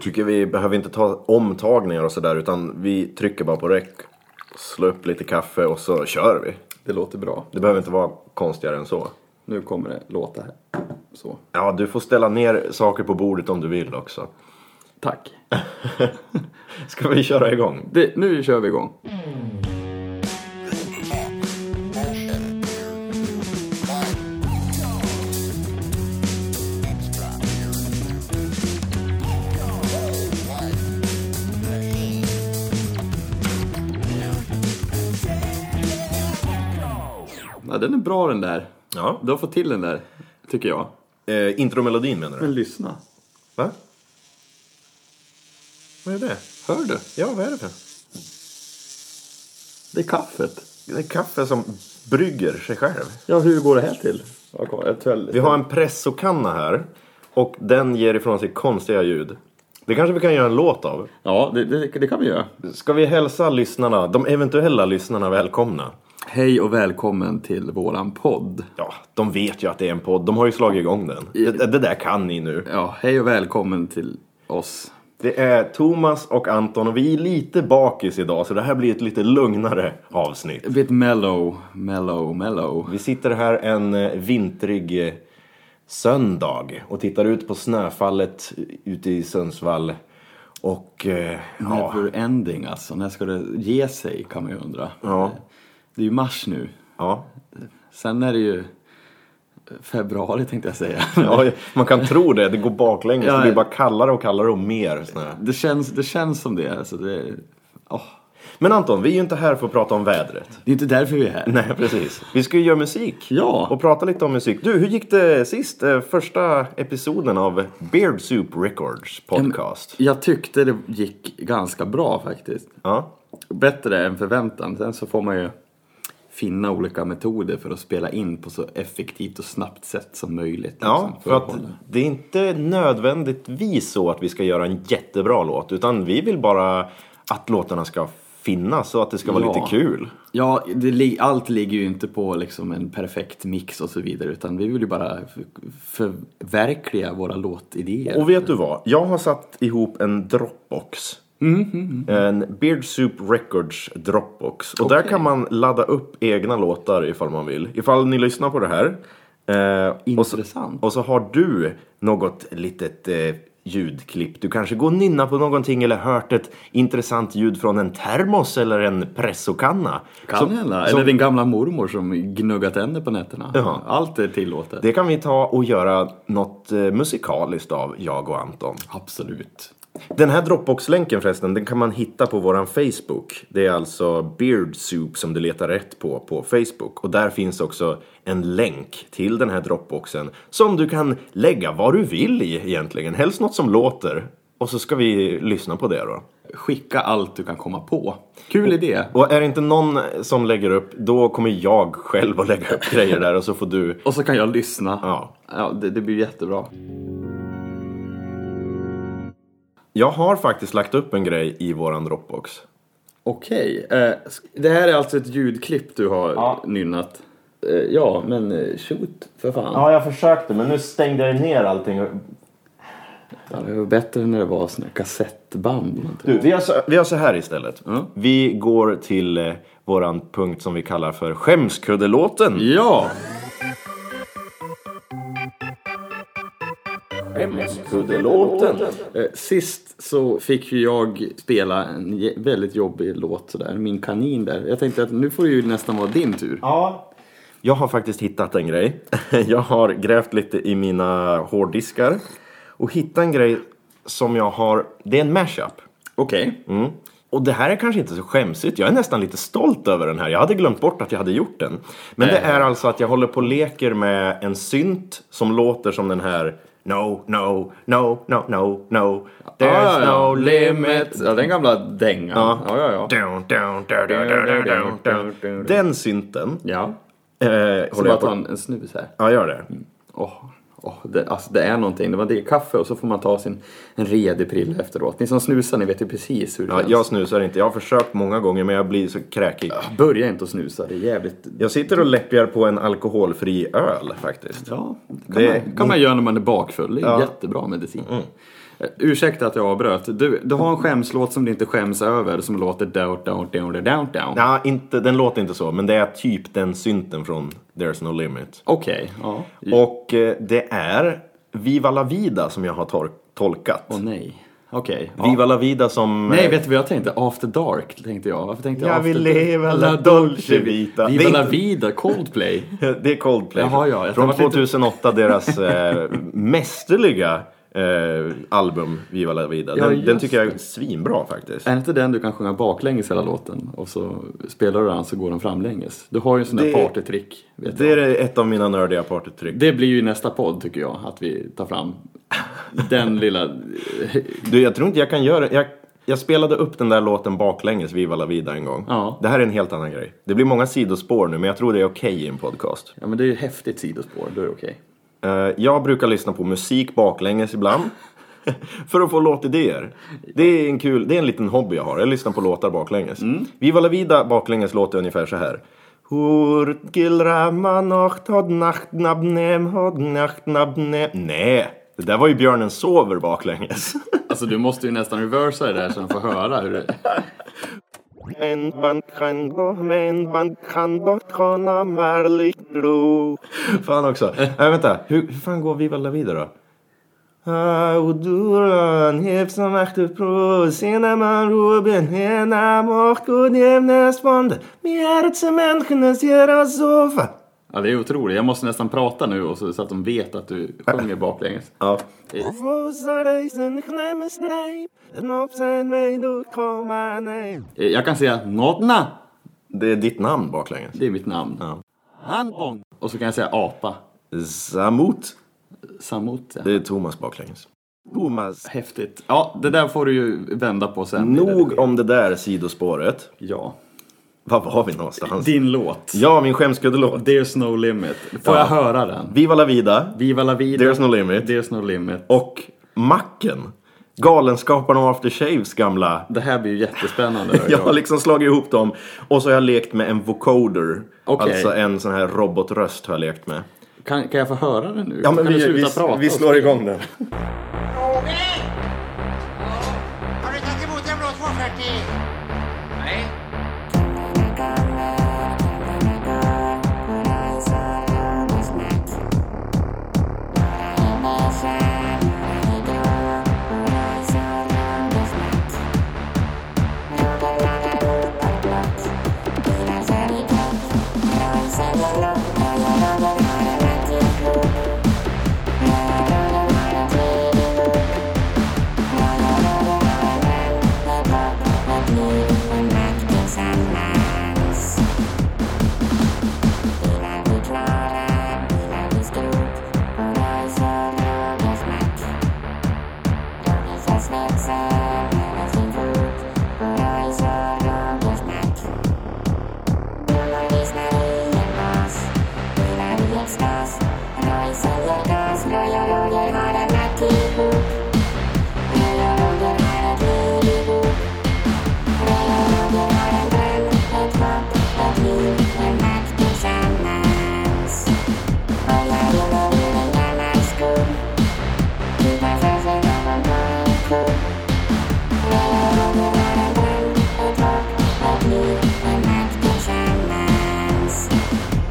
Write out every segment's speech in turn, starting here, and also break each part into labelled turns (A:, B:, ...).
A: tycker vi behöver inte ta omtagningar och sådär utan vi trycker bara på räck. Slå upp lite kaffe och så kör vi.
B: Det låter bra.
A: Det behöver inte vara konstigare än så.
B: Nu kommer det låta här. Så.
A: Ja, du får ställa ner saker på bordet om du vill också.
B: Tack.
A: Ska vi köra igång?
B: Det, nu kör vi igång. Ja, den är bra den där.
A: Ja.
B: Du har fått till den där, tycker jag.
A: Eh, intromelodin menar du?
B: Men lyssna.
A: Va? Vad är det?
B: Hör du?
A: Ja, vad är det för?
B: Det är kaffet.
A: Det är kaffe som brygger sig själv.
B: Ja, hur går det här till? Jag kom- jag töll-
A: Vi har en pressokanna här och den ger ifrån sig konstiga ljud. Det kanske vi kan göra en låt av.
B: Ja, det, det, det kan vi göra.
A: Ska vi hälsa lyssnarna, de eventuella lyssnarna välkomna?
B: Hej och välkommen till våran podd.
A: Ja, de vet ju att det är en podd. De har ju slagit igång den. Det, det där kan ni nu.
B: Ja, hej och välkommen till oss.
A: Det är Thomas och Anton och vi är lite bakis idag så det här blir ett lite lugnare avsnitt.
B: Ett bit mellow, mellow, mellow.
A: Vi sitter här en eh, vintrig eh, söndag och tittar ut på snöfallet ute i Sundsvall. Och eh, ja,
B: Never ending alltså. När ska det ge sig kan man ju undra.
A: Ja.
B: Det är ju mars nu.
A: ja.
B: Sen är det ju februari tänkte jag säga.
A: ja, man kan tro det. Det går baklänges.
B: Ja.
A: Det blir bara kallare och kallare och mer snö.
B: Det känns, det känns som det. Alltså det, åh.
A: Men Anton, vi är ju inte här för att prata om vädret.
B: det är inte därför vi är här.
A: Nej, precis. Vi ska ju göra musik.
B: Ja.
A: Och prata lite om musik. Du, hur gick det sist? eh, Första episoden av Beard Soup Records podcast.
B: Jag tyckte det gick ganska bra faktiskt.
A: Ja.
B: Bättre än förväntan. Sen så får man ju finna olika metoder för att spela in på så effektivt och snabbt sätt som möjligt.
A: Ja,
B: liksom,
A: för att
B: hålla-
A: det är inte nödvändigtvis så att vi ska göra en jättebra låt. Utan vi vill bara att låtarna ska finnas och att det ska vara
B: Ja.
A: lite kul.
B: Ja, det, li- allt ligger ju inte på liksom en perfekt mix och så vidare utan vi vill ju bara f- förverkliga våra låtidéer.
A: Och vet du vad? Jag har satt ihop en Dropbox. En Beard Soup Records Dropbox. Och där kan man ladda upp egna låtar ifall man vill. Ifall ni lyssnar på det här. Eh, och, så,
B: Intressant.
A: och så har du något litet eh, ljudklipp. Du kanske går och nynnar på någonting eller hört ett intressant ljud från en termos eller en pressokanna.
B: Kan
A: Som-
B: hända.
A: som-
B: Eller din gamla mormor som gnuggar tänder på nätterna.
A: Ja.
B: Allt är tillåtet.
A: Det kan vi ta och göra något eh, musikaliskt av, jag och Anton.
B: Absolut.
A: Den här Dropbox-länken förresten, den kan man hitta på våran Facebook. Det är alltså Beard Soup som du letar rätt på på Facebook. Och där finns också en länk till den här Dropboxen som du kan lägga vad du vill i egentligen. Helst något som låter. Och så ska vi lyssna på det då.
B: Skicka allt du kan komma på. Kul idé.
A: Och är det inte någon som lägger upp, då kommer jag själv att lägga upp grejer där och så får du...
B: Och så kan jag lyssna.
A: Ja.
B: Ja, det, det blir jättebra.
A: Jag har faktiskt lagt upp en grej i våran Dropbox.
B: Okej. eh, sk- det här är alltså ett ljudklipp du har nynnat. Eh, ja, men eh, shoot för fan.
A: jag försökte men nu stängde jag ner allting
B: Ja, det var bättre när det var såna här kassettband. man tror.
A: Du, vi, gör så, vi gör så här istället. Vi går till eh, våran punkt som vi kallar för skämskuddelåten.
B: Ja!
A: Skämskuddelåten.
B: Eh, Sist så fick ju jag spela en je- väldigt jobbig låt sådär, Min kanin där. Jag tänkte att nu får det ju nästan vara din tur.
A: Ja. Jag har faktiskt hittat en grej. Jag har grävt lite i mina hårddiskar och hittat en grej som jag har. Det är en mashup.
B: Okej.
A: Mm. Och det här är kanske inte så skämsigt. Jag är nästan lite stolt över den här. Jag hade glömt bort att jag hade gjort den. Men det är alltså att jag håller på och leker med en synt som låter som den här No, no, no, no, no, no.
B: Ja,
A: There's
B: ja,
A: no
B: ja.
A: Ah, limit.
B: Ja, den gamla dängan. Ja, ja, ja.
A: Dun, dun, dun, dun, dun, dun, dun, dun. Den synten
B: ja.
A: eh,
B: Så
A: håller
B: bara
A: jag
B: ta
A: på.
B: en, en snus här.
A: Ja, gör det.
B: Åh, åh, det, alltså det är någonting. Det var det kaffe och så får man ta sin en redig prilla efteråt. Ni som snusar, ni vet ju precis hur det
A: Ja,
B: känns.
A: jag snusar inte. Jag har försökt många gånger men jag blir så kräkig.
B: Börja inte att snusa, det är jävligt...
A: Jag sitter och läppjar på en alkoholfri öl faktiskt.
B: Ja, det kan,
A: Det- Mm.
B: man, kan man göra när man är bakfull. Det är jättebra medicin. Eh, Ursäkta att jag avbröt. Du, du har en skämslåt som du inte skäms över som låter down, down, down, down, down. down.
A: Ja, inte, den låter inte så, men det är typ den synten från There's No Limit.
B: Okej, ja.
A: Och eh, det är Viva La Vida som jag har tor- tolkat.
B: Åh nej. Okej. ja.
A: Viva La Vida som...
B: Nej,
A: eh,
B: vet du vad jag tänkte? After Dark tänkte jag. Varför tänkte jag
A: Jag
B: After
A: vill
B: Dark?
A: leva la dolce vita. Det
B: Viva
A: är
B: la
A: inte-
B: vida, Coldplay.
A: Det är Coldplay.
B: Jaha, ja, jag
A: Från
B: tänkte-
A: 2008, deras eh, mästerliga eh, album Viva La Vida. Den,
B: Ja,
A: den
B: just Äh,
A: tycker jag är svinbra faktiskt.
B: Är det inte den du kan sjunga baklänges hela låten och så spelar du den så går den framlänges? Du har ju en sån där
A: Det-
B: partytrick. Vet
A: Det
B: jag.
A: är ett av mina nördiga partytrick.
B: det blir ju nästa podd tycker jag, att vi tar fram den lilla...
A: Du, jag tror inte jag kan göra... Jag, jag spelade upp den där låten baklänges, Viva La Vida, en gång.
B: Ja.
A: Det här är en helt annan grej. Det blir många sidospår nu, men jag tror det är okej i en podcast.
B: Ja men det är ju häftigt sidospår, då är det okej.
A: Eh, Jag brukar lyssna på musik baklänges ibland. För att få låtidéer. Det är en kul, det är en liten hobby jag har. Jag lyssnar på låtar baklänges. Viva la vida baklänges låter ungefär så här. Hur gillraman och hod nacht nabnem hod nacht nabnem. Nej, det där var ju Björnen sover baklänges.
B: Alltså du måste ju nästan reversa det där så han får höra hur det...
A: Men man kan då, men man kan då tråna märligt tro. Fan också. Nej vänta, hur, hur fan går Viva La Vida då? Äh, Auduran, hefsam achtupro, senaman ruben, henam och gudjämnesbond. Mjärtsemänniskornas göra sofa.
B: Ja det är otroligt, jag måste nästan prata nu och så, så att de vet att du sjunger baklänges.
A: Ja.
B: Eh, Jag kan säga Nodna,
A: Det är ditt namn baklänges.
B: det är mitt namn.
A: Ja.
B: Handbong. Och så kan jag säga apa.
A: Samut.
B: Samot.
A: Det är Thomas baklänges. Thomas.
B: Häftigt. Ja, det där får du ju vända på sen.
A: Nog om det där sidospåret.
B: Ja.
A: Var var vi någonstans?
B: Din låt.
A: Ja, min skämskuddelåt.
B: There's no limit. Får
A: Ja.
B: jag höra den?
A: Viva la vida,
B: Viva la vida.
A: There's no limit.
B: There's no limit.
A: och Macken. Galenskaparna och After Shaves gamla.
B: Det här blir ju jättespännande. hör
A: Jag har liksom slagit ihop dem och så har jag lekt med en vocoder.
B: Okej.
A: Alltså en sån här robotröst har jag lekt med.
B: Kan, kan jag få höra den nu? kan du sluta prata?
A: igång den.
C: Roger! Har du tagit emot en blå 240? Nej.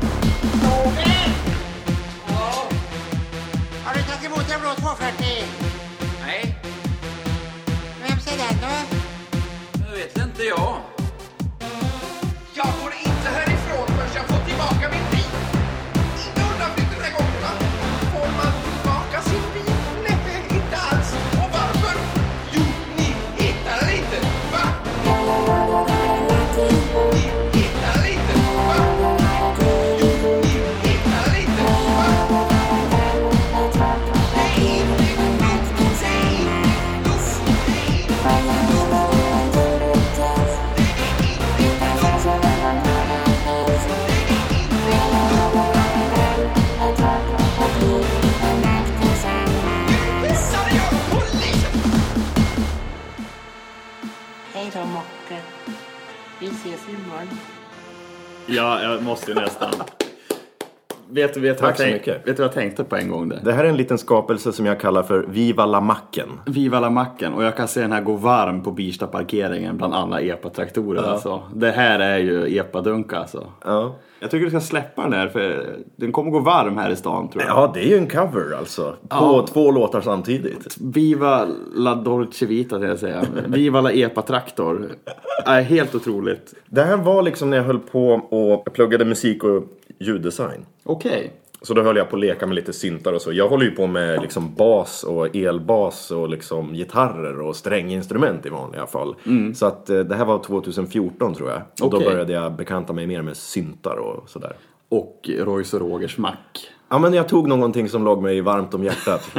C: Roger! Har du tagit emot en blå 240? Nej. Vems är den då?
D: Det vet inte jag.
C: Jag går inte härifrån förrän jag fått tillbaka min bil. Inte undanflykter den gångna. Får man tillbaka sin bil? Nej, inte alls. Och varför? Jo, ni hittar den inte. Va? Ni hittar den inte. Va? Jo, ni hittar den inte. Va? Det är inte klokt. Det är inte klokt. Det är inte klokt. Det är inte klokt.
E: Hej då Mocke. Vi ses imorgon.
B: Ja, jag måste ju nästan. Vet, du- vet, du vad jag
A: Tack så
B: tänk-
A: mycket.
B: Vet du vad jag tänkte på en gång där?
A: Det här är en liten skapelse som jag kallar för Viva la Macken.
B: Viva la macken och jag kan se den här gå varm på Birsta parkeringen bland alla EPA-traktorer alltså. Det här är ju EPA-dunka alltså.
A: Ja.
B: Jag tycker du ska släppa den där för den kommer gå varm här i stan tror jag.
A: ja, det är ju en cover alltså. På
B: Ja.
A: två låtar samtidigt.
B: Viva la Dolce Vita tänkte jag säga. Viva la EPA-traktor. Äh, helt otroligt.
A: Det här var liksom när jag höll på och pluggade musik och ljuddesign.
B: Okej.
A: Så då höll jag på att leka med lite syntar och så. Jag håller ju på med liksom bas och elbas och liksom gitarrer och stränginstrument i vanliga fall. Så att eh, det här var 2014 tror jag. Och
B: Mm. Okej.
A: då började jag bekanta mig mer med syntar och sådär.
B: Och Royce och Rogers mack.
A: Ja men jag tog någonting som låg mig varmt om hjärtat.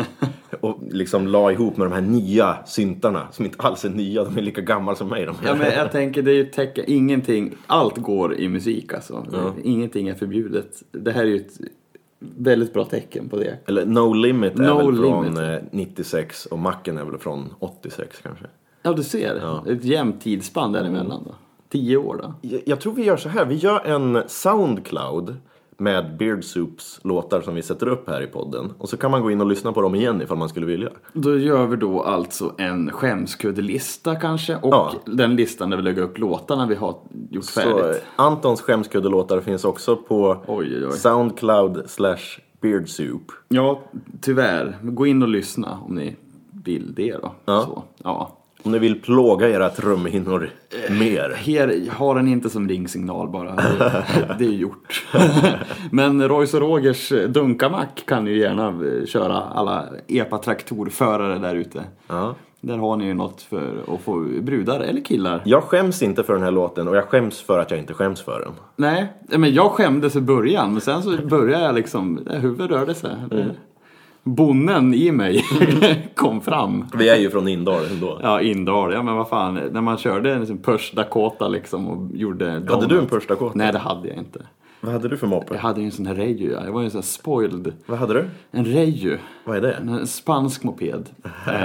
A: och liksom la ihop med de här nya syntarna. Som inte alls är nya, de är lika gamla som mig. De här.
B: Ja men jag tänker det är ju täcka, ingenting, allt går i musik alltså. Ingenting är förbjudet. Det här är ju ett väldigt bra tecken på det.
A: Eller No Limit är
B: No
A: väl från
B: Limit.
A: eh, 96 och Macken är väl från 86 kanske.
B: Ja, Mm. du ser. Ett jämnt tidsspann däremellan då. Tio år då.
A: Jag, jag tror vi gör så här, vi gör en Soundcloud med Beard Soups låtar som vi sätter upp här i podden. Och så kan man gå in och lyssna på dem igen ifall man skulle vilja.
B: Då gör vi då alltså en skämskuddelista kanske. Och
A: Ja.
B: den listan där vi lägger upp låtarna vi har gjort
A: Så eh,
B: färdigt.
A: Antons skämskuddelåtar finns också på
B: Oj, oj, oj.
A: Soundcloud slash Beard Soup.
B: Ja, tyvärr. Men Gå in och lyssna om ni vill det då.
A: Ja.
B: Så, ja.
A: Om ni vill plåga era trumhinnor mer.
B: Här, ha den inte som ringsignal bara. Det är gjort. Men Royce och Rogers dunkamack kan ju gärna eh, köra alla epa-traktorförare där ute.
A: Ja.
B: Där har ni ju något för att få brudar eller killar.
A: Jag skäms inte för den här låten och jag skäms för att jag inte skäms för den.
B: Nej, men jag skämdes i början men sen så började jag liksom, huvudet rörde sig.
A: Mm.
B: Bonnen i mig kom fram.
A: Vi är ju från Indal ändå.
B: Ja, Indal, ja men vad fan. När man körde en liksom Push Dakota liksom och gjorde... donuts.
A: du en Push Dakota?
B: Nej, det hade jag inte.
A: Vad hade du för
B: Jag
A: moppe?
B: hade ju en sån här Reju, ja. Jag var ju en sån här spoiled.
A: Vad hade du?
B: En Reju.
A: Vad är det?
B: En spansk moped. Eh,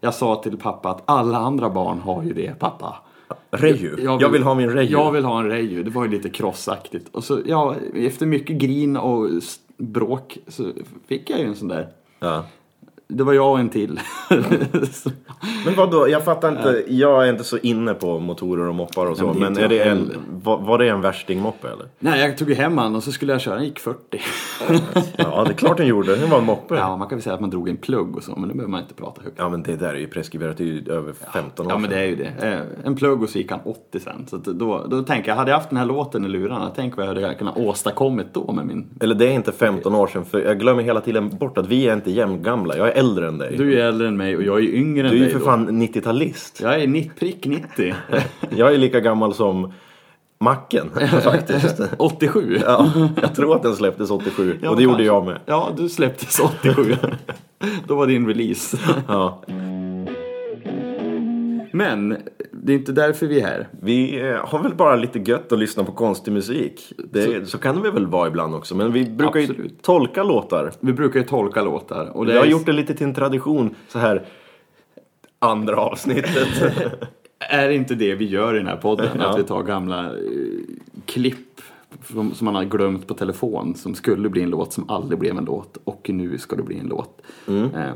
B: jag sa till pappa att alla andra barn har ju det, pappa.
A: Reju? Jag vill, ha min Reju.
B: Jag vill ha en Reju. Det var ju lite krossaktigt. Och så, ja, efter mycket grin och s- bråk så fick jag ju en sån där.
A: Ja.
B: Det var jag och en till. Så-
A: Men vadå, jag fattar inte. Jag är inte så inne på motorer och moppar och så.
B: men det är
A: men
B: inte
A: är det
B: jag
A: en,
B: heller.
A: var, var det en värstingmoppe eller?
B: Nej, jag tog ju hem han och så skulle jag köra, han gick 40.
A: Ja, det är klart den gjorde. Den var en moppe.
B: Ja, man kan väl säga att man drog en plugg och så, men det behöver man inte prata högt.
A: Ja, men det där är ju preskriberat. Det är ju över 15 år
B: Ja, men det är ju det. Eh, En plugg och så gick han 80 sen. Så att då, då tänker jag, hade jag haft den här låten i lurarna, tänk vad jag hade kunnat åstadkommit då med min...
A: Eller det är inte 15 år sedan, för jag glömmer hela tiden bort att vi är inte jämngamla. Jag är äldre än dig.
B: Du är ju äldre än mig och jag är ju yngre än
A: Du är
B: dig
A: ju för
B: då.
A: fan 90-talist.
B: Jag är ni- prick 90.
A: Jag är lika gammal som Macken faktiskt.
B: 87.
A: Ja, jag tror att den släpptes 87 och det gjorde
B: kanske.
A: jag med.
B: Ja, du släpptes 87. Då var din release.
A: Ja.
B: Men det är inte därför vi är här.
A: Vi eh, har väl bara lite gött att lyssna på konstig musik. Det, så, kan det väl vara ibland också. Men vi brukar ju
B: Absolut.
A: tolka låtar.
B: Vi brukar ju tolka låtar. Och det
A: Jag har
B: är-
A: gjort det lite till en tradition så här andra avsnittet.
B: Är det inte det vi gör i den här podden?
A: Ja.
B: Att vi tar gamla eh, klipp från- som man har glömt på telefon som skulle bli en låt som aldrig blev en låt och nu ska det bli en låt. Eh,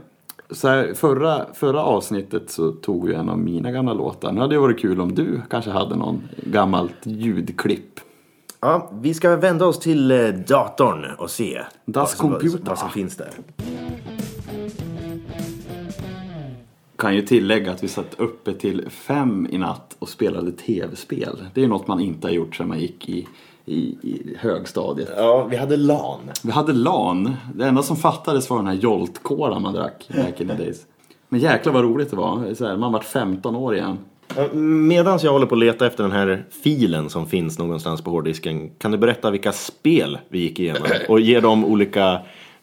B: Så här, förra, förra avsnittet så tog vi en av mina gamla låtar. Nu hade det varit kul om du kanske hade någon gammalt ljudklipp.
A: ja, vi ska vända oss till eh, datorn och se vad som,
B: computer.
A: vad som finns där.
B: Kan ju tillägga att vi satt uppe till fem i natt och spelade tv-spel. Det är ju något man inte har gjort sedan man gick i, i, i högstadiet.
A: Ja, vi hade LAN.
B: Vi hade LAN. Det enda som fattades var den här jolt man drack back in the days. Men jäklar vad roligt det var. Så här, man vart 15 år igen.
A: Medan jag håller på att leta efter den här filen som finns någonstans på hårddisken kan du berätta vilka spel vi gick igenom och ge dem olika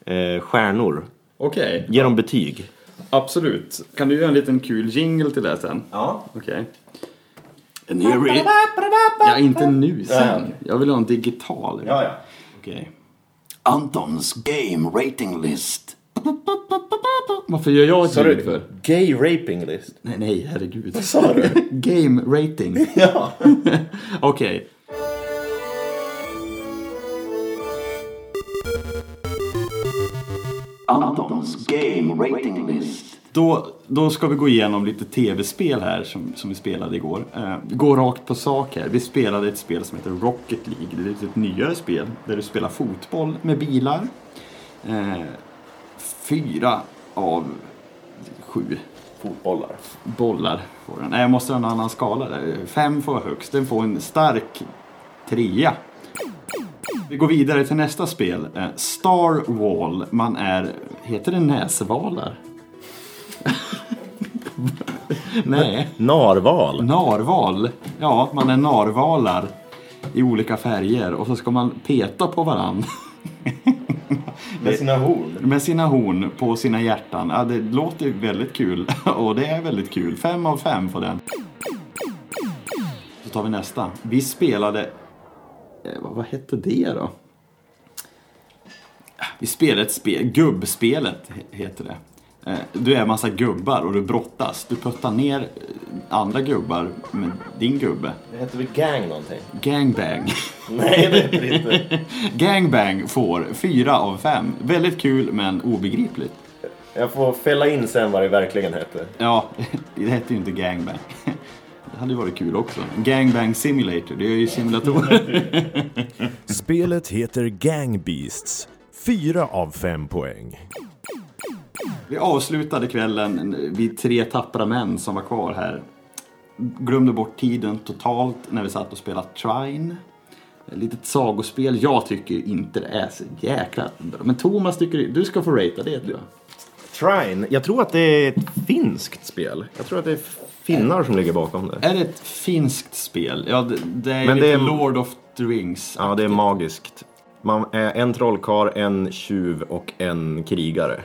A: eh, stjärnor?
B: Okej,
A: Ge dem betyg.
B: absolut. Kan du göra en liten kul jingle till det sen?
A: Ja.
B: Okej. Okay. Ja, inte nu sen. Jag vill ha en digital.
A: ja.
B: Okej. Antons game rating list. Varför gör jag ett ljud för?
A: Gay raping list.
B: Nej, nej, herregud. Vad
A: sa du?
B: Game rating.
A: Ja.
B: Okej.
E: Antons Game Rating List.
B: Då, då ska vi gå igenom lite tv-spel här som, som vi spelade igår. Eh, vi går rakt på sak här. Vi spelade ett spel som heter Rocket League. Det är ett lite nyare spel där du spelar fotboll med bilar. Eh, fyra av sju
A: Fotbollar.
B: bollar får den. Nej, jag måste ha en annan skala där. Fem får högst. Den får en stark trea. Vi går vidare till nästa spel. Eh, Starwall. Man är... Heter det näsvalar? Nej.
A: Narval.
B: Narval. Ja, man är narvalar i olika färger och så ska man peta på varandra
A: Med sina horn.
B: med sina horn på sina hjärtan. Ja, det låter ju väldigt kul och det är väldigt kul. Fem av fem på den. Så tar vi nästa. Vi spelade... eh, Vad, vad hette det då? Vi spelade ett spel, gubbspelet he- heter det. Eh, Du är en massa gubbar och du brottas. Du puttar ner eh, andra gubbar med din gubbe.
A: Det hette väl gang någonting?
B: Gangbang.
A: Nej, det heter det inte.
B: Gangbang får fyra av fem. Väldigt kul men obegripligt.
A: Jag får fälla in sen vad det verkligen hette.
B: Ja, det hette ju inte Gangbang. Det hade ju varit kul också. Gangbang Simulator, det är ju simulatorer.
F: Spelet heter Gang Beasts. 4 av 5 poäng.
B: Vi avslutade kvällen vid tre tappra män som var kvar här. Glömde bort tiden totalt när vi satt och spelade Trine. Ett litet sagospel. Jag tycker inte det är så jäkla bra. Men Thomas tycker du ska få ratea det tror jag.
A: Trine. Jag tror att det är ett finskt spel. Jag tror att det är finnar som ligger bakom det.
B: Är det ett finskt spel? Ja, det, det är
A: Men
B: lite
A: det är-
B: Lord of the Rings.
A: Ja, det är magiskt. Man är en trollkarl, en tjuv och en krigare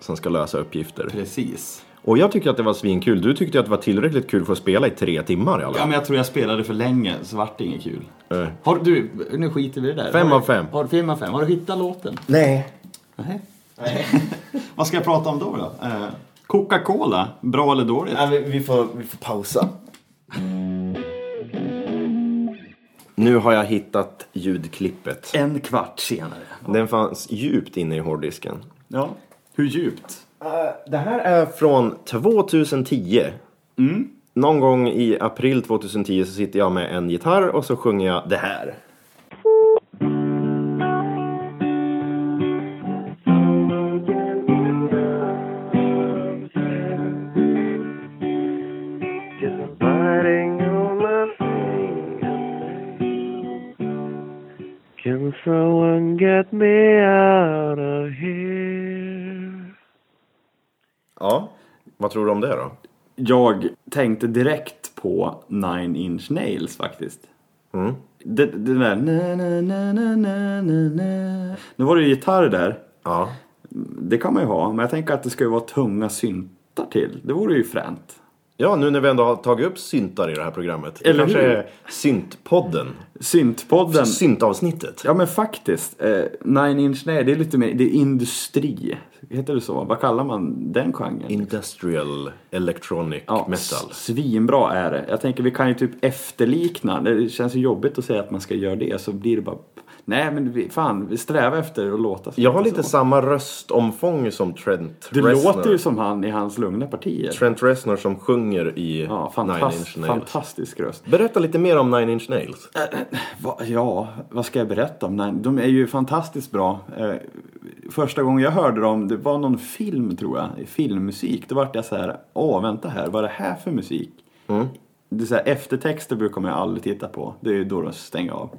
A: som ska lösa uppgifter.
B: Precis.
A: Och jag tycker att det var svinkul. Du tyckte att det var tillräckligt kul för att spela i tre timmar i alla
B: Ja,
A: fall.
B: men jag tror jag spelade för länge, så vart det inget kul.
A: Nej.
B: Har du, nu skiter vi i det där.
A: Fem
B: Har du-
A: av fem.
B: Har du fem av fem? Har du hittat låten?
A: Nej.
B: Nej. Vad ska jag prata om då? då? Eh, Coca-Cola, bra eller dåligt?
A: vi, får, vi får pausa. Nu har jag hittat ljudklippet.
B: En kvart senare.
A: Den fanns djupt inne i hårddisken.
B: Ja. Hur djupt?
A: Det här är från 2010. Mm. Någon gång i april 2010 så sitter jag med en gitarr och så sjunger jag det här.
G: Can someone get me out of here?
A: Ja, vad tror du om det då?
B: Jag tänkte direkt på Nine Inch Nails faktiskt. Det, det där... Na, na, na, na, na, na, na. Nu var det ju gitarr där.
A: Ja,
B: Det kan man ju ha, men jag tänker att det ska ju vara tunga syntar till. Det vore ju fränt.
A: ja nu när vi ändå har tagit upp syntar i det här programmet.
B: Eller
A: det kanske
B: hur?
A: är syntpodden.
B: Syntpodden.
A: Syntavsnittet.
B: Ja men faktiskt. Eh, Nine Inch Nails, det är lite mer, det är industri. Heter det så? Vad kallar man den genren?
A: Industrial Electronic
B: ja,
A: Metal.
B: s- Svinbra är det. Jag tänker vi kan ju typ efterlikna. Det känns ju jobbigt att säga att man ska göra det så blir det bara... Nej men vi, fan, vi strävar efter att låta
A: Jag har lite
B: så.
A: samma röstomfång som Trent
B: Det
A: Reznor.
B: låter ju som han i hans lugna partier.
A: Trent Reznor som sjunger i
B: Ja,
A: Nine Inch
B: fantast,
A: Nails.
B: fantastisk röst.
A: Berätta lite mer om Nine Inch Nails.
B: Va, ja, vad ska jag berätta om? Nej, de är ju fantastiskt bra. Eh, första gången jag hörde dem, det var någon film tror jag, filmmusik. Då vart jag så här, åh vänta här, vad är det här för musik? Det är så här, eftertexter brukar man ju aldrig titta på, det är ju då de stänger av.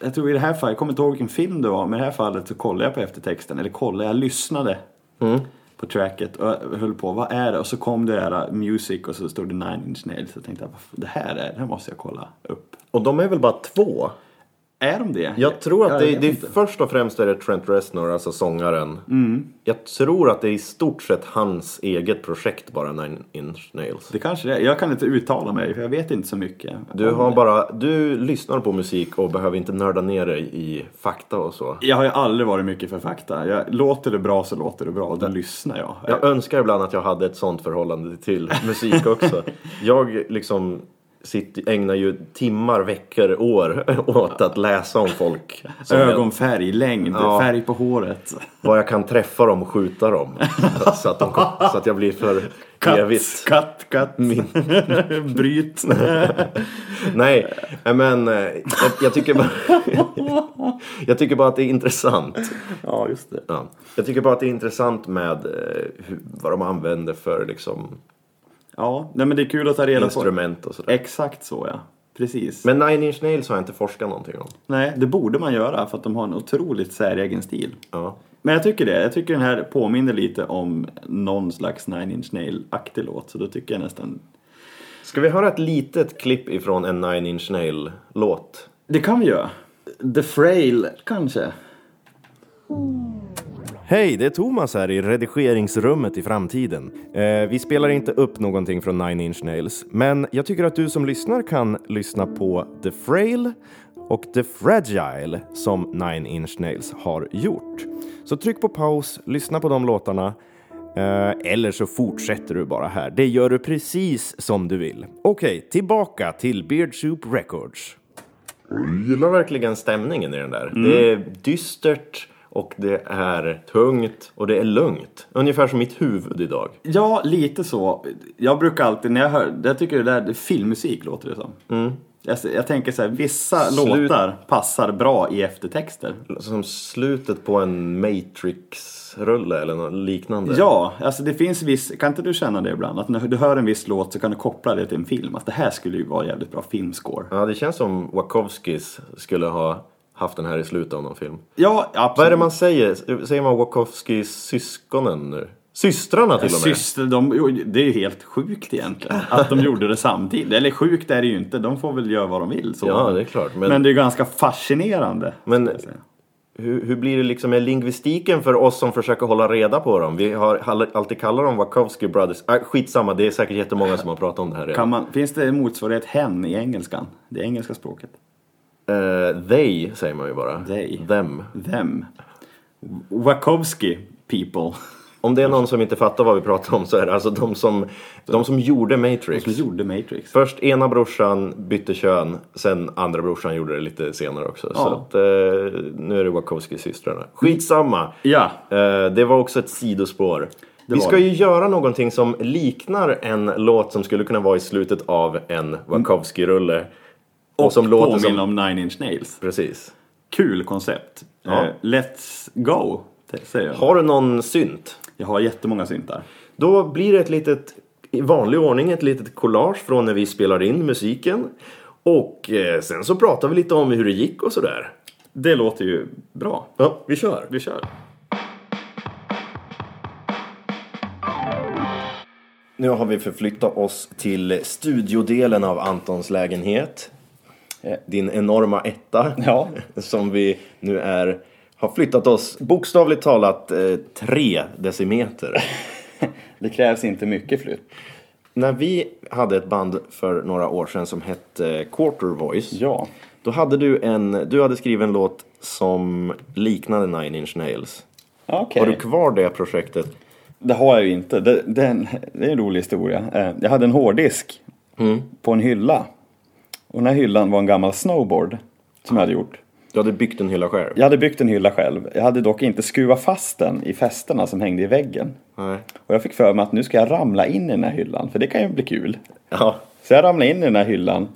B: Jag tror i det här fallet, jag kommer inte ihåg vilken film det var, men i det här fallet så kollade jag på eftertexten, eller kollade, jag lyssnade. på tracket och jag höll på, vad är det? Och så kom det där music och så stod det Nine Inch Nails. Så tänkte jag, "Vad f- det här är, det här måste jag kolla upp.
A: Och de är väl bara två?
B: Är de det?
A: Jag tror att det,
B: vet
A: det är
B: inte.
A: först och främst är det Trent Reznor, alltså sångaren.
B: Mm.
A: Jag tror att det är i stort sett hans eget projekt bara, Nine Inch Nails.
B: Det kanske det är. Jag kan inte uttala mig för jag vet inte så mycket.
A: Du, har bara, du lyssnar på musik och behöver inte nörda ner dig i fakta och så.
B: Jag har ju aldrig varit mycket för fakta. Jag, låter det bra så låter det bra och då lyssnar jag.
A: Jag önskar ibland att jag hade ett sånt förhållande till musik också. Jag liksom sitter, ägnar ju timmar, veckor, år åt att läsa om folk. som jag-
B: Ögonfärg, längd,
A: Ja.
B: färg på håret.
A: Vad jag kan träffa dem och skjuta dem. Så att, de, så att jag blir för evigt.
B: katt, katt. Bryt.
A: Nej, men eh, jag, jag, tycker bara, jag tycker bara att det är intressant.
B: ja, just det.
A: Ja. Jag tycker bara att det är intressant med eh, hur, vad de använder för liksom,
B: Ja, nej, men det är kul att ta reda på.
A: instrument och sådär.
B: Exakt så ja. Precis.
A: Men Nine Inch Nails har jag inte forskat någonting om.
B: Nej, det borde man göra för att de har en otroligt säregen stil.
A: Ja.
B: Men jag tycker det. Jag tycker den här påminner lite om någon slags Nine Inch Nail-aktig låt. Så då tycker jag nästan...
A: Ska vi höra ett litet klipp ifrån en Nine Inch Nail-låt?
B: Det kan vi göra. The Frail, kanske.
A: Hej, det är Thomas här i redigeringsrummet i framtiden. Eh, vi spelar inte upp någonting från Nine Inch Nails, men jag tycker att du som lyssnar kan lyssna på The Frail och The Fragile som Nine Inch Nails har gjort. Så tryck på paus, lyssna på de låtarna, eh, eller så fortsätter du bara här. Det gör du precis som du vill. Okej, tillbaka till Beard Soup Records. Jag gillar verkligen stämningen i den där. Det
B: Mm.
A: är dystert och det är tungt och det är lugnt. Ungefär som mitt huvud idag.
B: Ja, lite så. Jag brukar alltid, när jag hör, jag tycker det där, det är filmmusik låter det som. Jag, jag tänker så här, vissa
A: Mm. Slut-
B: låtar passar bra i eftertexter.
A: Som slutet på en Matrix-rulle eller något liknande.
B: Ja, alltså det finns viss, kan inte du känna det ibland? Att när du hör en viss låt så kan du koppla det till en film. Att det här skulle ju vara jävligt bra filmscore.
A: ja, det känns som Wachowskis skulle ha haft den här i slutet av någon film.
B: Ja, absolut.
A: Vad är det man säger? Säger man Wachowskis syskonen nu? Systrarna till och med?
B: Syster, de, jo, det är ju helt sjukt egentligen. Att de gjorde det samtidigt. Eller sjukt är det ju inte, de får väl göra vad de vill. Så.
A: Ja, det är klart, men-
B: Men, det är ju ganska fascinerande.
A: Men-
B: ska jag säga.
A: Hur, hur blir det liksom med lingvistiken för oss som försöker hålla reda på dem? Vi har all- alltid kallat dem Wachowski Brothers. Ah, skitsamma, det är säkert jättemånga som har pratat om det här
B: Kan
A: redan.
B: man, finns det en motsvarighet hen i engelskan? Det engelska språket.
A: Eh, they säger man ju bara.
B: They.
A: Them.
B: Them. Wachowski people.
A: Om det är någon som inte fattar vad vi pratar om så är det alltså de som, de som gjorde Matrix.
B: Som gjorde Matrix.
A: Först ena brorsan bytte kön, sen andra brorsan gjorde det lite senare också. Så
B: Ja.
A: att, eh, nu är det Wachowski-systrarna. Skitsamma!
B: Ja.
A: Eh, det var också ett sidospår. Vi
B: var
A: ska
B: det.
A: ju göra någonting som liknar en låt som skulle kunna vara i slutet av en Wachowski-rulle. Och, som låter
B: Påminner
A: som...
B: om Nine Inch Nails.
A: Precis.
B: Kul koncept.
A: Ja.
B: Eh, let's go, säger jag.
A: Har du någon synt?
B: Jag har jättemånga syntar.
A: Då blir det ett litet, i vanlig ordning, ett litet collage från när vi spelar in musiken. Och eh, sen så pratar vi lite om hur det gick och sådär.
B: Det låter ju bra.
A: Ja, vi kör.
B: Vi kör.
A: Nu har vi förflyttat oss till studiodelen av Antons lägenhet. Eh, Din enorma etta.
B: Ja.
A: Som vi nu är, har flyttat oss bokstavligt talat eh, tre decimeter.
B: Det krävs inte mycket flytt.
A: När vi hade ett band för några år sedan som hette eh, Quarter Voice.
B: Ja.
A: Då hade du en, du hade skrivit en låt som liknade Nine Inch Nails.
B: Okej.
A: Har du kvar det projektet?
B: Det har jag ju inte. Det, det, är en, det är en rolig historia. Eh, Jag hade en hårddisk på en hylla. Och den här hyllan var en gammal snowboard som jag hade gjort.
A: Du hade byggt en hylla själv?
B: Jag hade byggt en hylla själv. Jag hade dock inte skruvat fast den i fästena som hängde i väggen.
A: Nej.
B: Och jag fick för mig att nu ska jag ramla in i den här hyllan, för det kan ju bli kul.
A: Ja,
B: Så jag ramlade in i den här hyllan.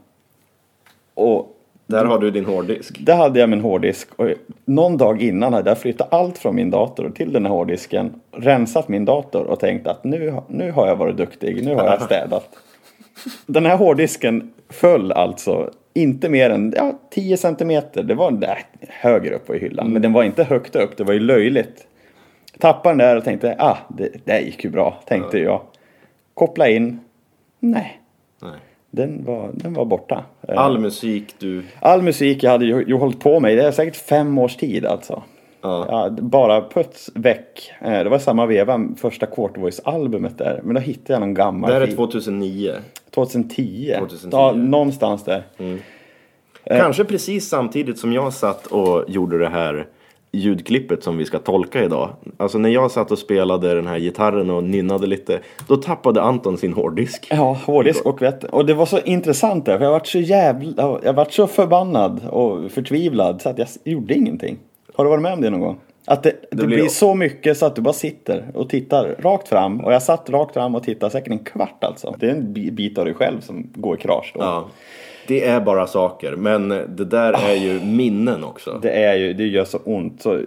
B: Och
A: där har du din hårddisk.
B: Där hade jag min hårddisk och någon dag innan hade jag flyttat allt från min dator till den här hårddisken, rensat min dator och tänkt att nu, nu har jag varit duktig, nu har jag städat. Den här hårddisken föll alltså inte mer än ja, 10 centimeter. Det var nej, högre upp på i hyllan, men den var inte högt upp, det var ju löjligt. Tappade den där och tänkte, ah, det, det här gick ju bra, tänkte jag. Koppla in, nej,
A: Nej.
B: den var, den var borta. Eh,
A: All musik du...
B: All musik jag hade ju, ju hållit på med, det är säkert fem års tid alltså.
A: Ja.
B: Ja, d- bara puts väck. Eh, Det var samma veva, första Quarter Voice-albumet där. Men då hittade jag någon gammal
A: Det här är
B: skiv-
A: 2009.
B: 2010.
A: 2010.
B: Ja, någonstans där.
A: Kanske precis samtidigt som jag satt och gjorde det här ljudklippet som vi ska tolka idag. Alltså när jag satt och spelade den här gitarren och nynnade lite, då tappade Anton sin hårddisk.
B: Ja, hårddisk och vett. Och det var så intressant där, för jag vart så jävla, jag vart så förbannad och förtvivlad så att jag s- gjorde ingenting. Har du varit med om det någon gång? Att det, det, blir,
A: blir-
B: så mycket så att du bara sitter och tittar rakt fram. Och jag satt rakt fram och tittade säkert en kvart alltså. Det är en bi- bit av dig själv som går i krasch då.
A: Ja. Det är bara saker, men det där är ju minnen också.
B: Det är ju, det gör så ont. Så,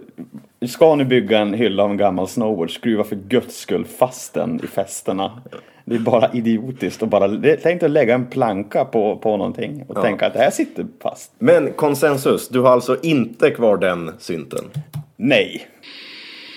B: ska ni bygga en hylla av en gammal snowboard, skruva för guds skull fast den i fästena. Det är bara idiotiskt och bara, det- tänk dig att lägga en planka på, på någonting och tänka att det här sitter fast.
A: Men konsensus, du har alltså inte kvar den synten.
B: Nej!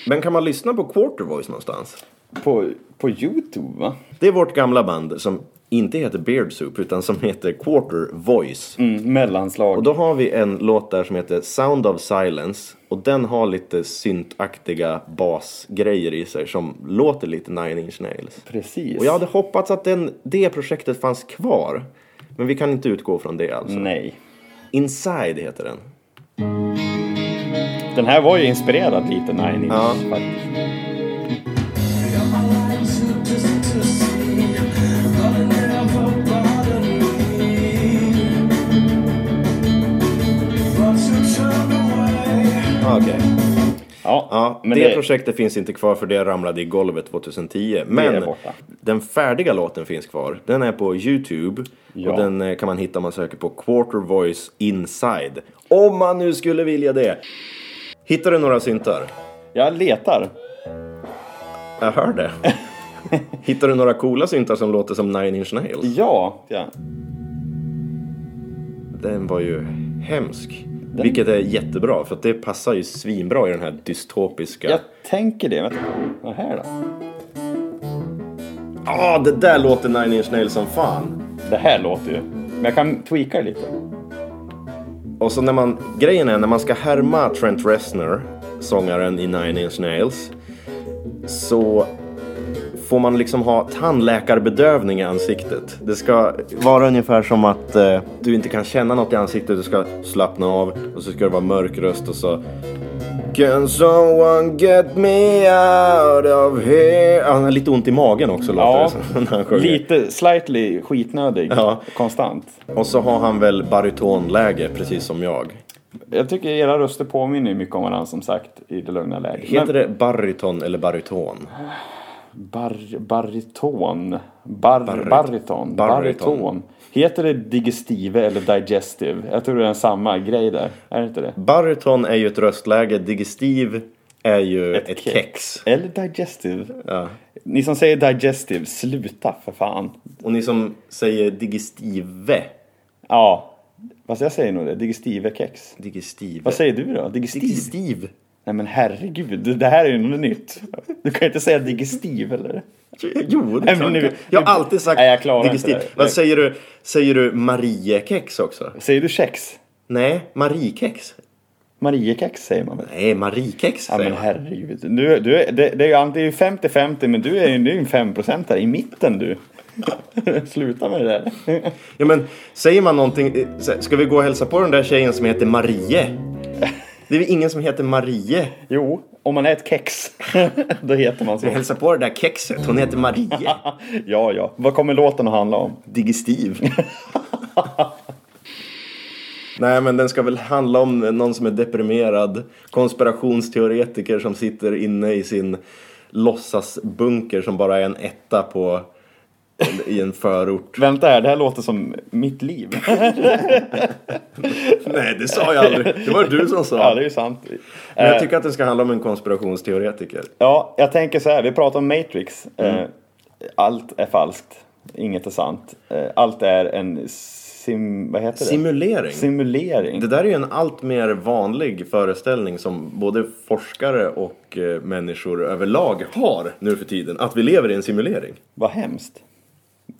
A: Men kan man lyssna på Quarter Voice någonstans?
B: På, på Youtube va?
A: Det är vårt gamla band som inte heter Beard Soup utan som heter Quarter Voice.
B: Mm, mellanslag.
A: Och då har vi en låt där som heter Sound of Silence och den har lite syntaktiga basgrejer i sig som låter lite Nine Inch Nails.
B: Precis.
A: Och jag hade hoppats att den, det projektet fanns kvar. Men vi kan inte utgå från det alltså.
B: Nej.
A: Inside heter den.
B: Den här var ju inspirerad lite Nine Inch faktiskt.
A: Ah, Okej.
B: Ja,
A: Ja,
B: men
A: det,
B: det,
A: projektet finns inte kvar för det ramlade i golvet 2010.
B: Det
A: Men
B: är borta.
A: den färdiga låten finns kvar. Den är på Youtube.
B: Ja.
A: Och den eh, kan man hitta om man söker på Quarter Voice Inside. Om man nu skulle vilja det. Hittar du några syntar?
B: jag letar.
A: Jag hör det. Hittar du några coola syntar som låter som Nine Inch Nails?
B: Ja, ja.
A: Den var ju hemsk. Vilket är jättebra för att det passar ju svinbra i den här dystopiska...
B: jag tänker det. Vänta. Vad här då?
A: Ah, det där låter Nine Inch Nails som fan!
B: Det här låter ju. Men jag kan tweaka det lite.
A: Och så när man, grejen är när man ska härma Trent Reznor, sångaren i Nine Inch Nails, så får man liksom ha tandläkarbedövning i ansiktet. Det ska vara ungefär som att eh, du inte kan känna något i ansiktet, du ska slappna av och så ska det vara mörk röst och så Can someone get me out of here? Han har lite ont i magen också låter
B: Ja,
A: det som när han sjunger.
B: Lite slightly skitnödig
A: Ja.
B: konstant.
A: Och så har han väl barytonläge precis som jag.
B: Jag tycker era röster påminner ju mycket om varandra som sagt i det lugna läget.
A: Heter det baryton eller baryton?
B: Bar, bariton. Bar, bariton. Bariton. Heter det digestive eller digestive? Jag tror det är samma grej där. Är det inte det?
A: Baryton är ju ett röstläge, digestiv är ju ett, kex.
B: Eller digestive. Ni som säger digestive, sluta för fan.
A: Och ni som säger digestive,
B: Ja, fast jag säger nog det. Digestive kex.
A: digestive.
B: Vad säger du då? Digestiv?
A: Digestiv.
B: Nej men herregud, det här är ju något nytt. Du kan ju inte säga digestiv eller?
A: Jo, det
B: Nej,
A: är klart.
B: men nu-
A: jag har
B: nu-
A: alltid sagt
B: Nej, jag klarar inte
A: digestiv.
B: det där.
A: Vad
B: Nej.
A: säger du? Säger du Mariekex också?
B: Säger du kex?
A: Nej, Mariekex.
B: Mariekex säger man väl?
A: Nej, Mariekex
B: Ja
A: säger
B: men
A: man.
B: herregud. Du, du, är- det, det är ju antingen 50-50 men du är ju du är ju en 5% i mitten du. Sluta med det där.
A: Ja, men säger man någonting, eh, så här, ska vi gå och hälsa på den där tjejen som heter Marie? Det är väl ingen som heter Marie?
B: Jo, om man är ett kex, då heter man så.
A: Hälsa på det där kexet, hon heter Marie.
B: Ja, ja. Vad kommer låten att handla om?
A: digestiv. Nej, men den ska väl handla om någon som är deprimerad. Konspirationsteoretiker som sitter inne i sin låtsasbunker som bara är en etta på i en förort.
B: Vänta här, det här låter som mitt liv.
A: Nej, det sa jag aldrig. Det var du som
B: Ja,
A: sa.
B: det Eh. är ju sant.
A: Men jag tycker att det ska handla om en konspirationsteoretiker.
B: Ja, jag tänker så här. Vi pratar om Matrix.
A: Mm.
B: Eh, Allt är falskt. Inget är sant. Eh, Allt är en sim... Vad heter det?
A: Simulering.
B: Simulering.
A: Det där är ju en allt mer vanlig föreställning som både forskare och eh, människor överlag har nu för tiden. Att vi lever i en simulering.
B: Vad hemskt.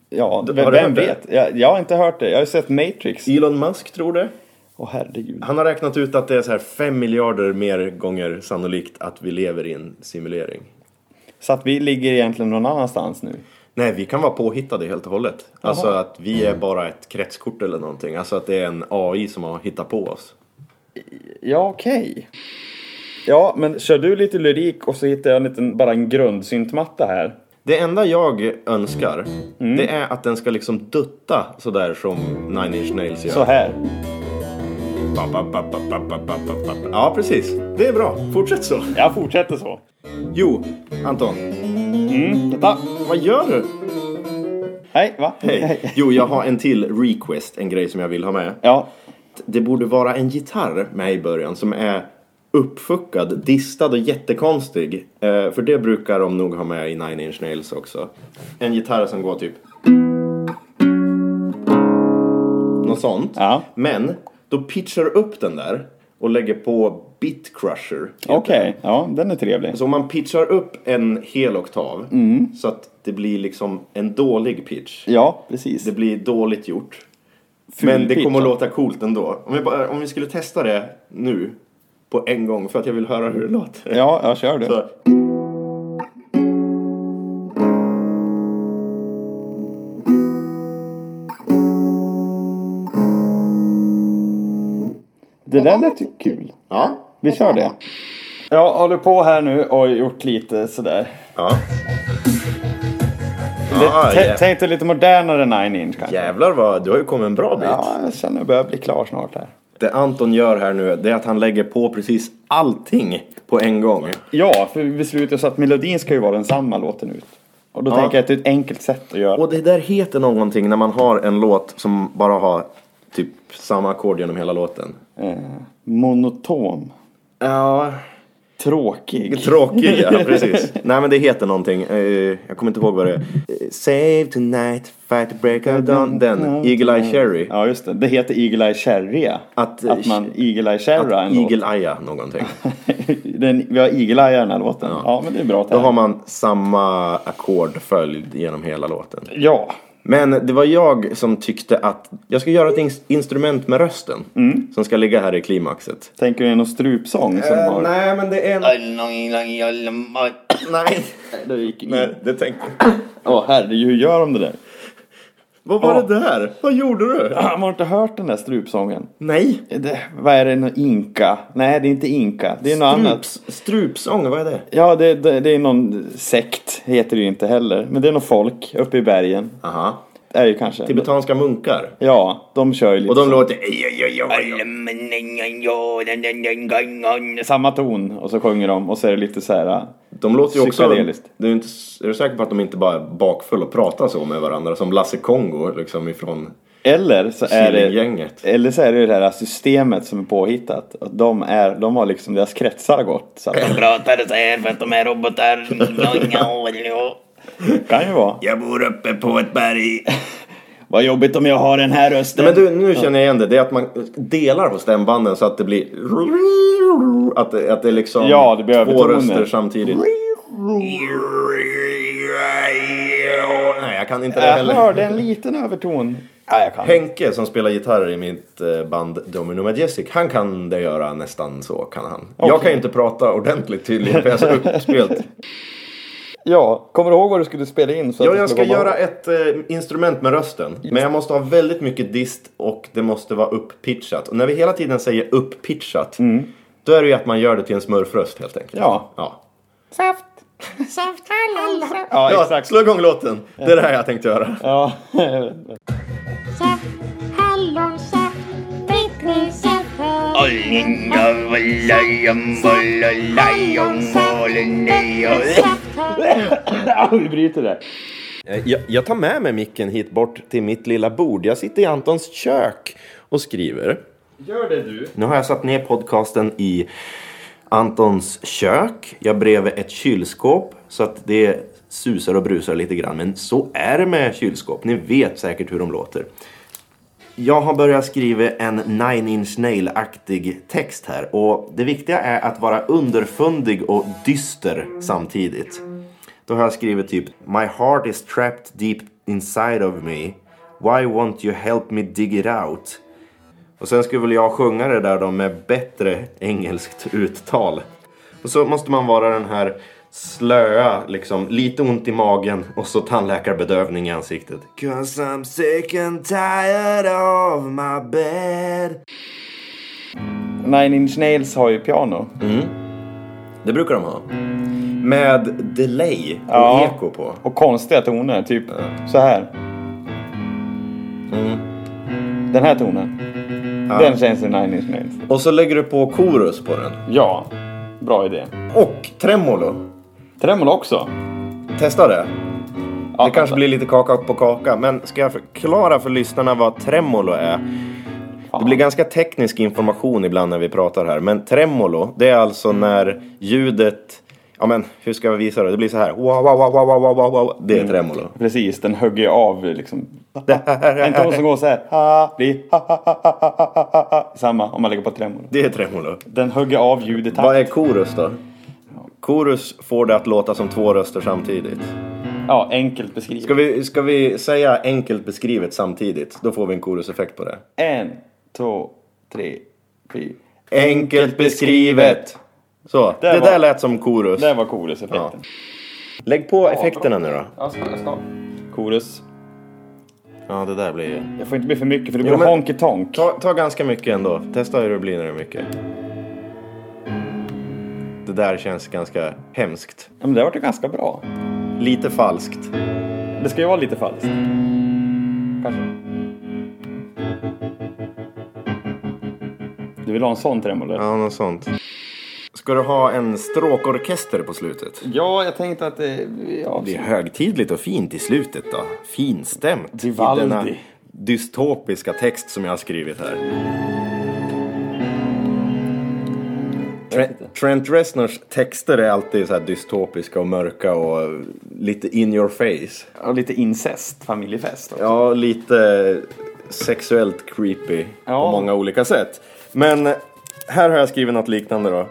B: Ja,
A: Du-
B: vem,
A: har du hört det?
B: vet? Jag, jag har inte hört det. Jag har ju sett Matrix.
A: Elon Musk tror det.
B: Åh herregud.
A: Han har räknat ut att det är så här 5 miljarder mer gånger sannolikt att vi lever i en simulering.
B: Så att vi ligger egentligen någon annanstans nu.
A: Nej, vi kan vara påhittade helt och hållet. Alltså att vi
B: Mm.
A: är bara ett kretskort eller någonting. Alltså att det är en AI som har hittat på oss.
B: Ja, okej. Ja, men kör du lite lyrik och så hittar jag en liten, bara en grundsyntmatta här.
A: Det enda jag önskar,
B: Mm.
A: det är att den ska liksom dutta sådär som Nine Inch Nails gör.
B: Så här.
A: Ba, ba, ba, ba, ba, ba, ba, ba, ba. Ja, precis. Det är bra. Fortsätt så.
B: Jag fortsätter så.
A: Jo, Anton.
B: Titta.
A: Vad gör du?
B: Hej, va?
A: Hej. Jo, jag har en till request, en grej som jag vill ha med.
B: Ja.
A: Det borde vara en gitarr med i början som är uppfuckad, distad och jättekonstig. Eh, för det brukar de nog ha med i Nine Inch Nails också. En gitarr som går typ... Något sånt.
B: Ja.
A: Men då pitchar du upp den där och lägger på Bit Crusher.
B: Okej, ja, den är trevlig.
A: Så om man pitchar upp en hel oktav
B: Mm.
A: så att det blir liksom en dålig pitch.
B: Ja, precis.
A: Det blir dåligt gjort.
B: Full
A: men det
B: pitch,
A: kommer att
B: va?
A: låta coolt ändå. Om vi, bara, om vi skulle testa det nu på en gång för att jag vill höra hur det låter.
B: Ja, jag kör du.
A: Så,
B: Det där lät ju kul.
A: ja.
B: Vi kör det. Jag håller på här nu och gjort lite sådär.
A: ja.
B: Det,
A: Ah,
B: tä-
A: jä-
B: Tänkte lite modernare Nine Inch kanske.
A: Jävlar vad, du har ju kommit en bra bit.
B: Ja, jag känner att jag börjar bli klar snart här.
A: Det Anton gör här nu, det är att han lägger på precis allting på en gång.
B: Ja, för vi beslutade så att melodin ska ju vara densamma låten ut. Och då tänker jag att det är ett enkelt sätt att göra.
A: Och det där heter någonting när man har en låt som bara har typ samma ackord genom hela låten.
B: Eh, monotom.
A: Ja,
B: Tråkig.
A: Tråkig, ja precis. Nej men det heter någonting. Eh, jag kommer inte ihåg vad det är. Eh, Save tonight, fight the break of dawn. Den, Eagle Eye Cherry.
B: Ja, just det. Det heter Eagle Eye Cherry.
A: Att, eh,
B: att man Eagle Eye Cherry en låt.
A: Eagle Eye någonting.
B: Den, vi har Eagle Eye i den här låten. Ja, men det är bra.
A: Då har man samma ackordföljd genom hela låten.
B: Ja,
A: Men det var jag som tyckte att jag ska göra ett ins- instrument med rösten. Som ska ligga här i klimaxet.
B: tänker du är någon strupsång som de har?
A: Eh, nej men det är en... nej,
B: det gick inget.
A: nej, det tänkte
B: Åh herregud, hur gör de det där?
A: Vad var
B: Ja.
A: det där? Vad gjorde du?
B: Man har inte hört den där strupsången.
A: Nej.
B: Det, vad är det? Någon inka? Nej, det är inte inka. Det är något annat.
A: Strups, strupsång, vad är det?
B: Ja, det, det, det är någon sekt, heter det ju inte heller. Men det är någon folk uppe i bergen.
A: Aha.
B: Det är ju kanske.
A: Tibetanska munkar.
B: Ja, de kör ju lite.
A: Och de
B: så.
A: låter... ej, ej, ej, ej, ej.
B: Samma ton och så sjunger de och så är det lite så här. äh.
A: De låter ju också...
B: Psykedeliskt.
A: Du är, inte, är du säker på att de inte bara är bakfulla och pratar så med varandra? Som Lasse Kongo liksom ifrån
B: Eller så är det...
A: Killinggänget.
B: Eller så är det ju det här systemet som är påhittat. Att de, är, de har liksom, deras kretsar har gått. Så att de pratar så här för att de är robotar. kan ju vara.
A: Jag bor uppe på ett berg.
B: Vad jobbigt om jag har den här rösten.
A: Men du, nu känner jag igen det. Det är att man delar på stämbanden så att det blir... Att det, att det är liksom
B: Ja, det blir
A: två
B: övertoner.
A: röster samtidigt. Nej, jag kan inte det
B: jag
A: heller.
B: hörde en liten överton. Ja, jag kan.
A: Henke som spelar gitarr i mitt eh, band Domino Majestic, han kan det göra nästan så kan han. Jag kan ju inte prata ordentligt tydligen för jag är så uppspelt.
B: Ja, kommer du ihåg vad du skulle spela in? Så att
A: Ja,
B: det
A: jag ska
B: skulle komma
A: göra
B: ihåg?
A: ett eh, instrument med rösten. Men jag måste ha väldigt mycket dist och det måste vara upppitchat. Och när vi hela tiden säger upppitchat, då är det ju att man gör det till en smurfröst helt enkelt.
B: Mm. Ja.
A: ja.
B: Ja,
A: Ja,
B: exakt.
A: Slå igång låten. Det är det här jag tänkte göra.
B: Ja. ja, vi bryter det.
A: Eh, Jag, jag tar med mig micken hit bort till mitt lilla bord. Jag sitter i Antons kök och skriver.
B: Gör det du.
A: Nu har jag satt ner podcasten i Antons kök. Jag bredvid ett kylskåp så att det susar och brusar lite grann. Men så är det med kylskåp. Ni vet säkert hur de låter. Jag har börjat skriva en Nine Inch Nail-aktig text här och det viktiga är att vara underfundig och dyster samtidigt. Då har jag skrivit typ My heart is trapped deep inside of me. Why won't you help me dig it out? Och sen skulle väl jag sjunga det där då med bättre engelskt uttal. Och så måste man vara den här slöa, liksom lite ont i magen och så tandläkarbedövning i ansiktet. 'Cause I'm sick and tired of my bed.
B: Nine Inch Nails har ju piano.
A: Det brukar de ha. Med delay och
B: Ja.
A: eko på.
B: Och konstiga toner, typ så här.
A: Mm.
B: Den här tonen. Den känns i Nine Inch Nails.
A: Och så lägger du på chorus på den.
B: Ja, bra idé.
A: Och tremolo.
B: Tremolo också.
A: Testa det.
B: Ja,
A: Det kanske blir lite kaka på kaka, men ska jag förklara för lyssnarna vad tremolo är? Det blir ganska teknisk information ibland när vi pratar här, men tremolo, det är alltså när ljudet... Ja men, hur ska jag visa det? Det blir så här. Wow, wow, wow, wow, wow, wow, wow. Det är tremolo.
B: Precis, den högg ju av liksom.
A: Det här
B: En ton
A: är,
B: som går så här. Ha, bli, ha, ha, ha, ha, ha, ha, ha, ha. Samma om man lägger på tremolo.
A: det är tremolo.
B: Den högg av ljudet. i
A: Vad
B: takt.
A: är chorus då? Chorus får det att låta som två röster samtidigt.
B: Ja, enkelt beskrivet.
A: Ska vi, ska vi säga enkelt beskrivet samtidigt? Då får vi en choruseffekt på det.
B: En, två, tre, fyra.
A: Enkelt beskrivet! Så, det,
B: var-
A: där lät som chorus.
B: Det var choruseffekten.
A: Lägg på effekterna nu då.
B: Ja, ska, ska. Chorus.
A: Ja, det där blir ju...
B: Jag får inte bli för mycket för det blir
A: Jo, men-
B: honky tonk.
A: Ta, ta ganska mycket ändå. Testa hur det blir när det är mycket. Det där känns ganska hemskt.
B: Ja, men det har varit ganska bra.
A: Lite falskt.
B: Det ska ju vara lite falskt. Kanske. Du vill ha en sån tremolo? Ja.
A: Ja, något sånt. Ska du ha en stråkorkester på slutet?
B: jag tänkte att det... Ja,
A: Det är högtidligt och fint i slutet då. Finstämt. i
B: Vivaldi.
A: denna dystopiska text som jag har skrivit här. Tre- Trent Reznors texter är alltid så här dystopiska och mörka och lite in your face.
B: ja, lite incest, familjefest. också.
A: Ja, lite sexuellt creepy på
B: Ja.
A: många olika sätt. Men här har jag skrivit något liknande då.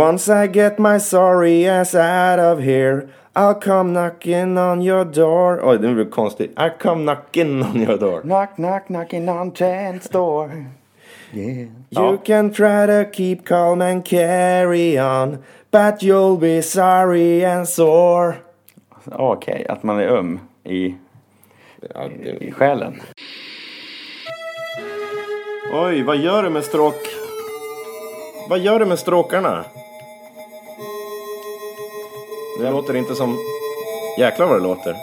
A: Once I get my sorry ass out of here I'll come knocking on your door Oj, det blir konstigt. I'll come knocking on your door
B: Knock, knock, knocking on Trent's door.
A: You can try to keep calm and carry on But you'll be sorry and sore
B: Ja, Okej, att man är öm i, i själen.
A: Oj, vad gör du med stråk... Vad gör du med stråkarna? Det låter inte som... Jäklar vad det låter.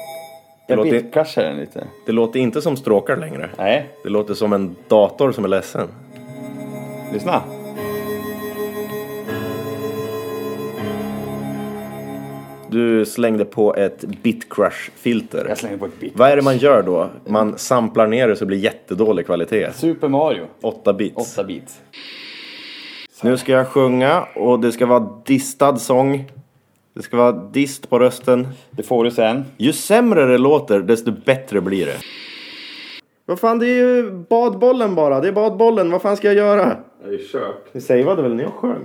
B: Jag
A: låter-
B: bitchar den lite.
A: Det låter inte som stråkar längre.
B: Nej,
A: Det låter som en dator som är ledsen.
B: lyssna.
A: Du slängde på ett bitcrush-filter.
B: Jag slänger på ett bit.
A: Vad är det man gör då? Man samplar ner det så det blir jättedålig kvalitet.
B: Super Mario.
A: 8 bits.
B: 8 bit.
A: Nu ska jag sjunga och det ska vara distad sång. Det ska vara dist på rösten.
B: Det får du sen.
A: Ju sämre det låter, desto bättre blir det. Vad fan, det är ju badbollen bara. Det är badbollen. Vad fan ska jag göra?
H: Det är kört.
A: Ni savade väl när jag sjöng?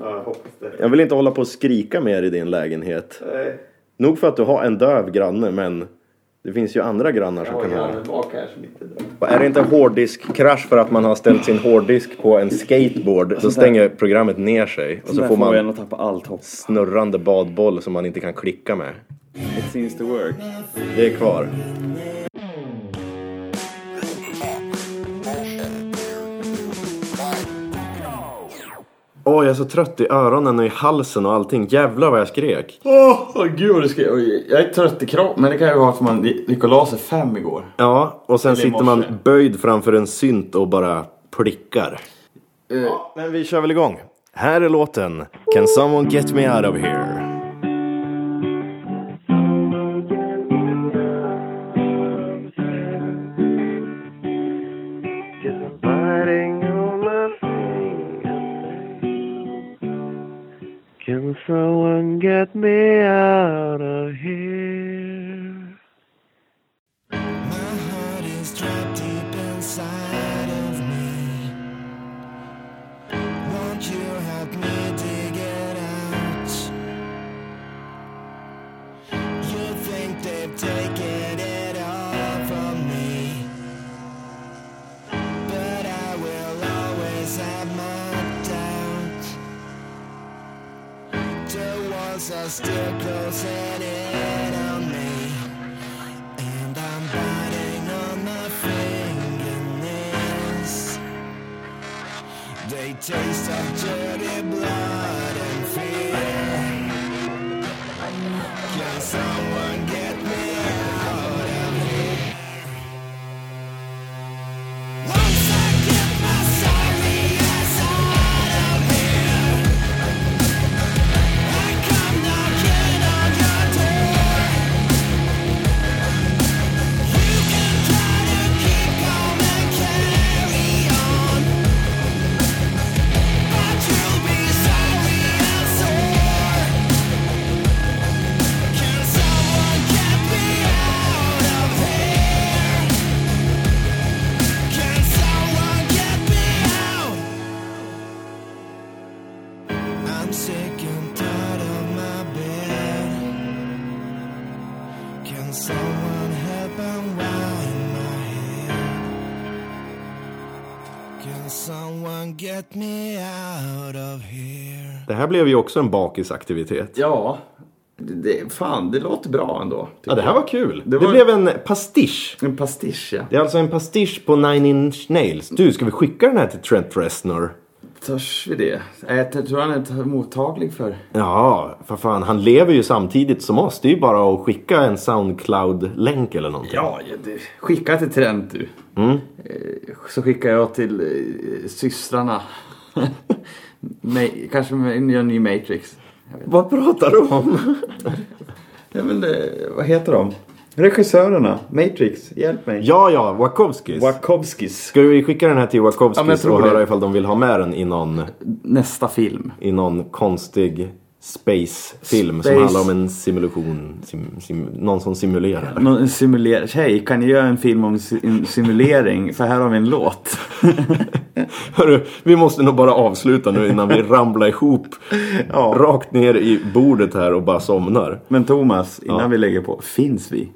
H: Ja, jag hoppas det.
A: Jag vill inte hålla på och skrika mer i din lägenhet.
H: Nej,
A: Nog för att du har en döv granne, men det finns ju andra grannar som kan ha det.
H: bak här som inte dör.
A: Och Är det inte hårddisk-krasch för att man har ställt sin hårddisk på en skateboard så stänger programmet ner sig och så Alltså, får man
B: att tappa allt hopp.
A: snurrande badboll som man inte kan klicka med.
B: It seems to work.
A: Det är kvar. Åh, jag är så trött i öronen och i halsen och allting. Jävlar vad jag skrek.
H: Åh, oh, gud vad det ska jag... Jag är trött i kroppen, men det kan ju vara för man gick och la sig fem igår.
A: Ja, och sen sitter
H: morse.
A: man böjd framför en synt och bara plickar. Ja, men vi kör väl igång. Här är låten Can someone get me out of here?
I: Just biting on my fingernails. Can someone get me out of here?
J: They taste of dirty blood and
C: Can someone get me out of here?
A: Det här blev ju också en bakisaktivitet.
K: Ja, det, det, fan det låter bra ändå.
H: Typ.
A: Ja, det här var kul. Det,
K: var-
A: blev en pastisch.
K: En pastisch ja.
A: Det är alltså en pastisch på Nine Inch Nails. Du, ska vi skicka den här till Trent Reznor?
K: Törs vi det? Nej, Jag tror han är inte mottaglig för.
A: Ja, för fan. Han lever ju samtidigt som oss. Det är ju bara att skicka en Soundcloud-länk eller någonting.
K: Ja, ja, du. Skicka till Trent du.
B: Mm.
K: Eh, Så skickar jag till eh, systrarna. Nej, kanske med- gör en ny Matrix.
B: Vad pratar du om?
K: Ja, men, eh, vad heter de?
B: Regissörerna, Matrix, hjälp mig.
A: Ja, ja, Wachowskis.
B: Wachowskis.
A: Ska vi skicka den här till
K: Ja, men jag
A: Wachowskis
K: tror
A: och
K: det.
A: höra ifall de vill ha med den i någon,
K: Nästa film.
A: i någon konstig space-film
K: Space.
A: som handlar om en simulation, sim, sim, någon som simulerar?
B: Någon simuler- Hej, kan ni göra en film om si- en simulering? För här har vi en låt.
A: Hörru, vi måste nog bara avsluta nu innan vi ramlar ihop
B: Ja.
A: rakt ner i bordet här och bara somnar.
B: Men Thomas, innan
A: Ja.
B: vi lägger på, finns vi?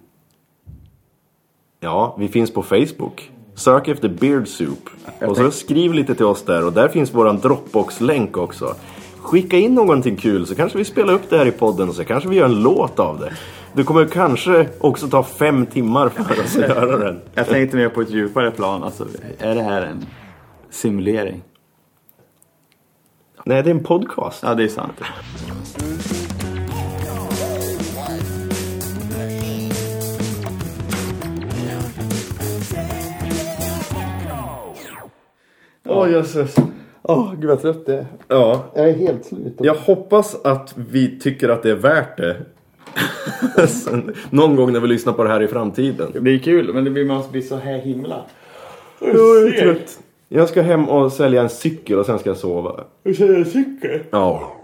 A: Ja, vi finns på Facebook. Sök efter Beard Soup. Och så skriv lite till oss där. Och där finns våran Dropbox-länk också. Skicka in någonting kul så kanske vi spelar upp det här i podden och så kanske vi gör en låt av det. Det kommer kanske också ta fem timmar för oss att göra den.
B: Jag tänkte mer på ett djupare plan. Alltså, är det här en simulering?
A: Nej, det är en podcast.
B: Ja, det är sant.
A: Åh jösses.
K: Åh, gud vad trött det är.
A: Ja,
K: Jag är helt slut.
A: jag hoppas att vi tycker att det är värt det. Sen, någon gång när vi lyssnar på det här i framtiden.
K: Det blir kul, men det blir, man blir så här himla.
A: Jag är trött. Jag ska hem och sälja en cykel och sen ska jag sova.
K: Hur känner du cykel?
A: Ja.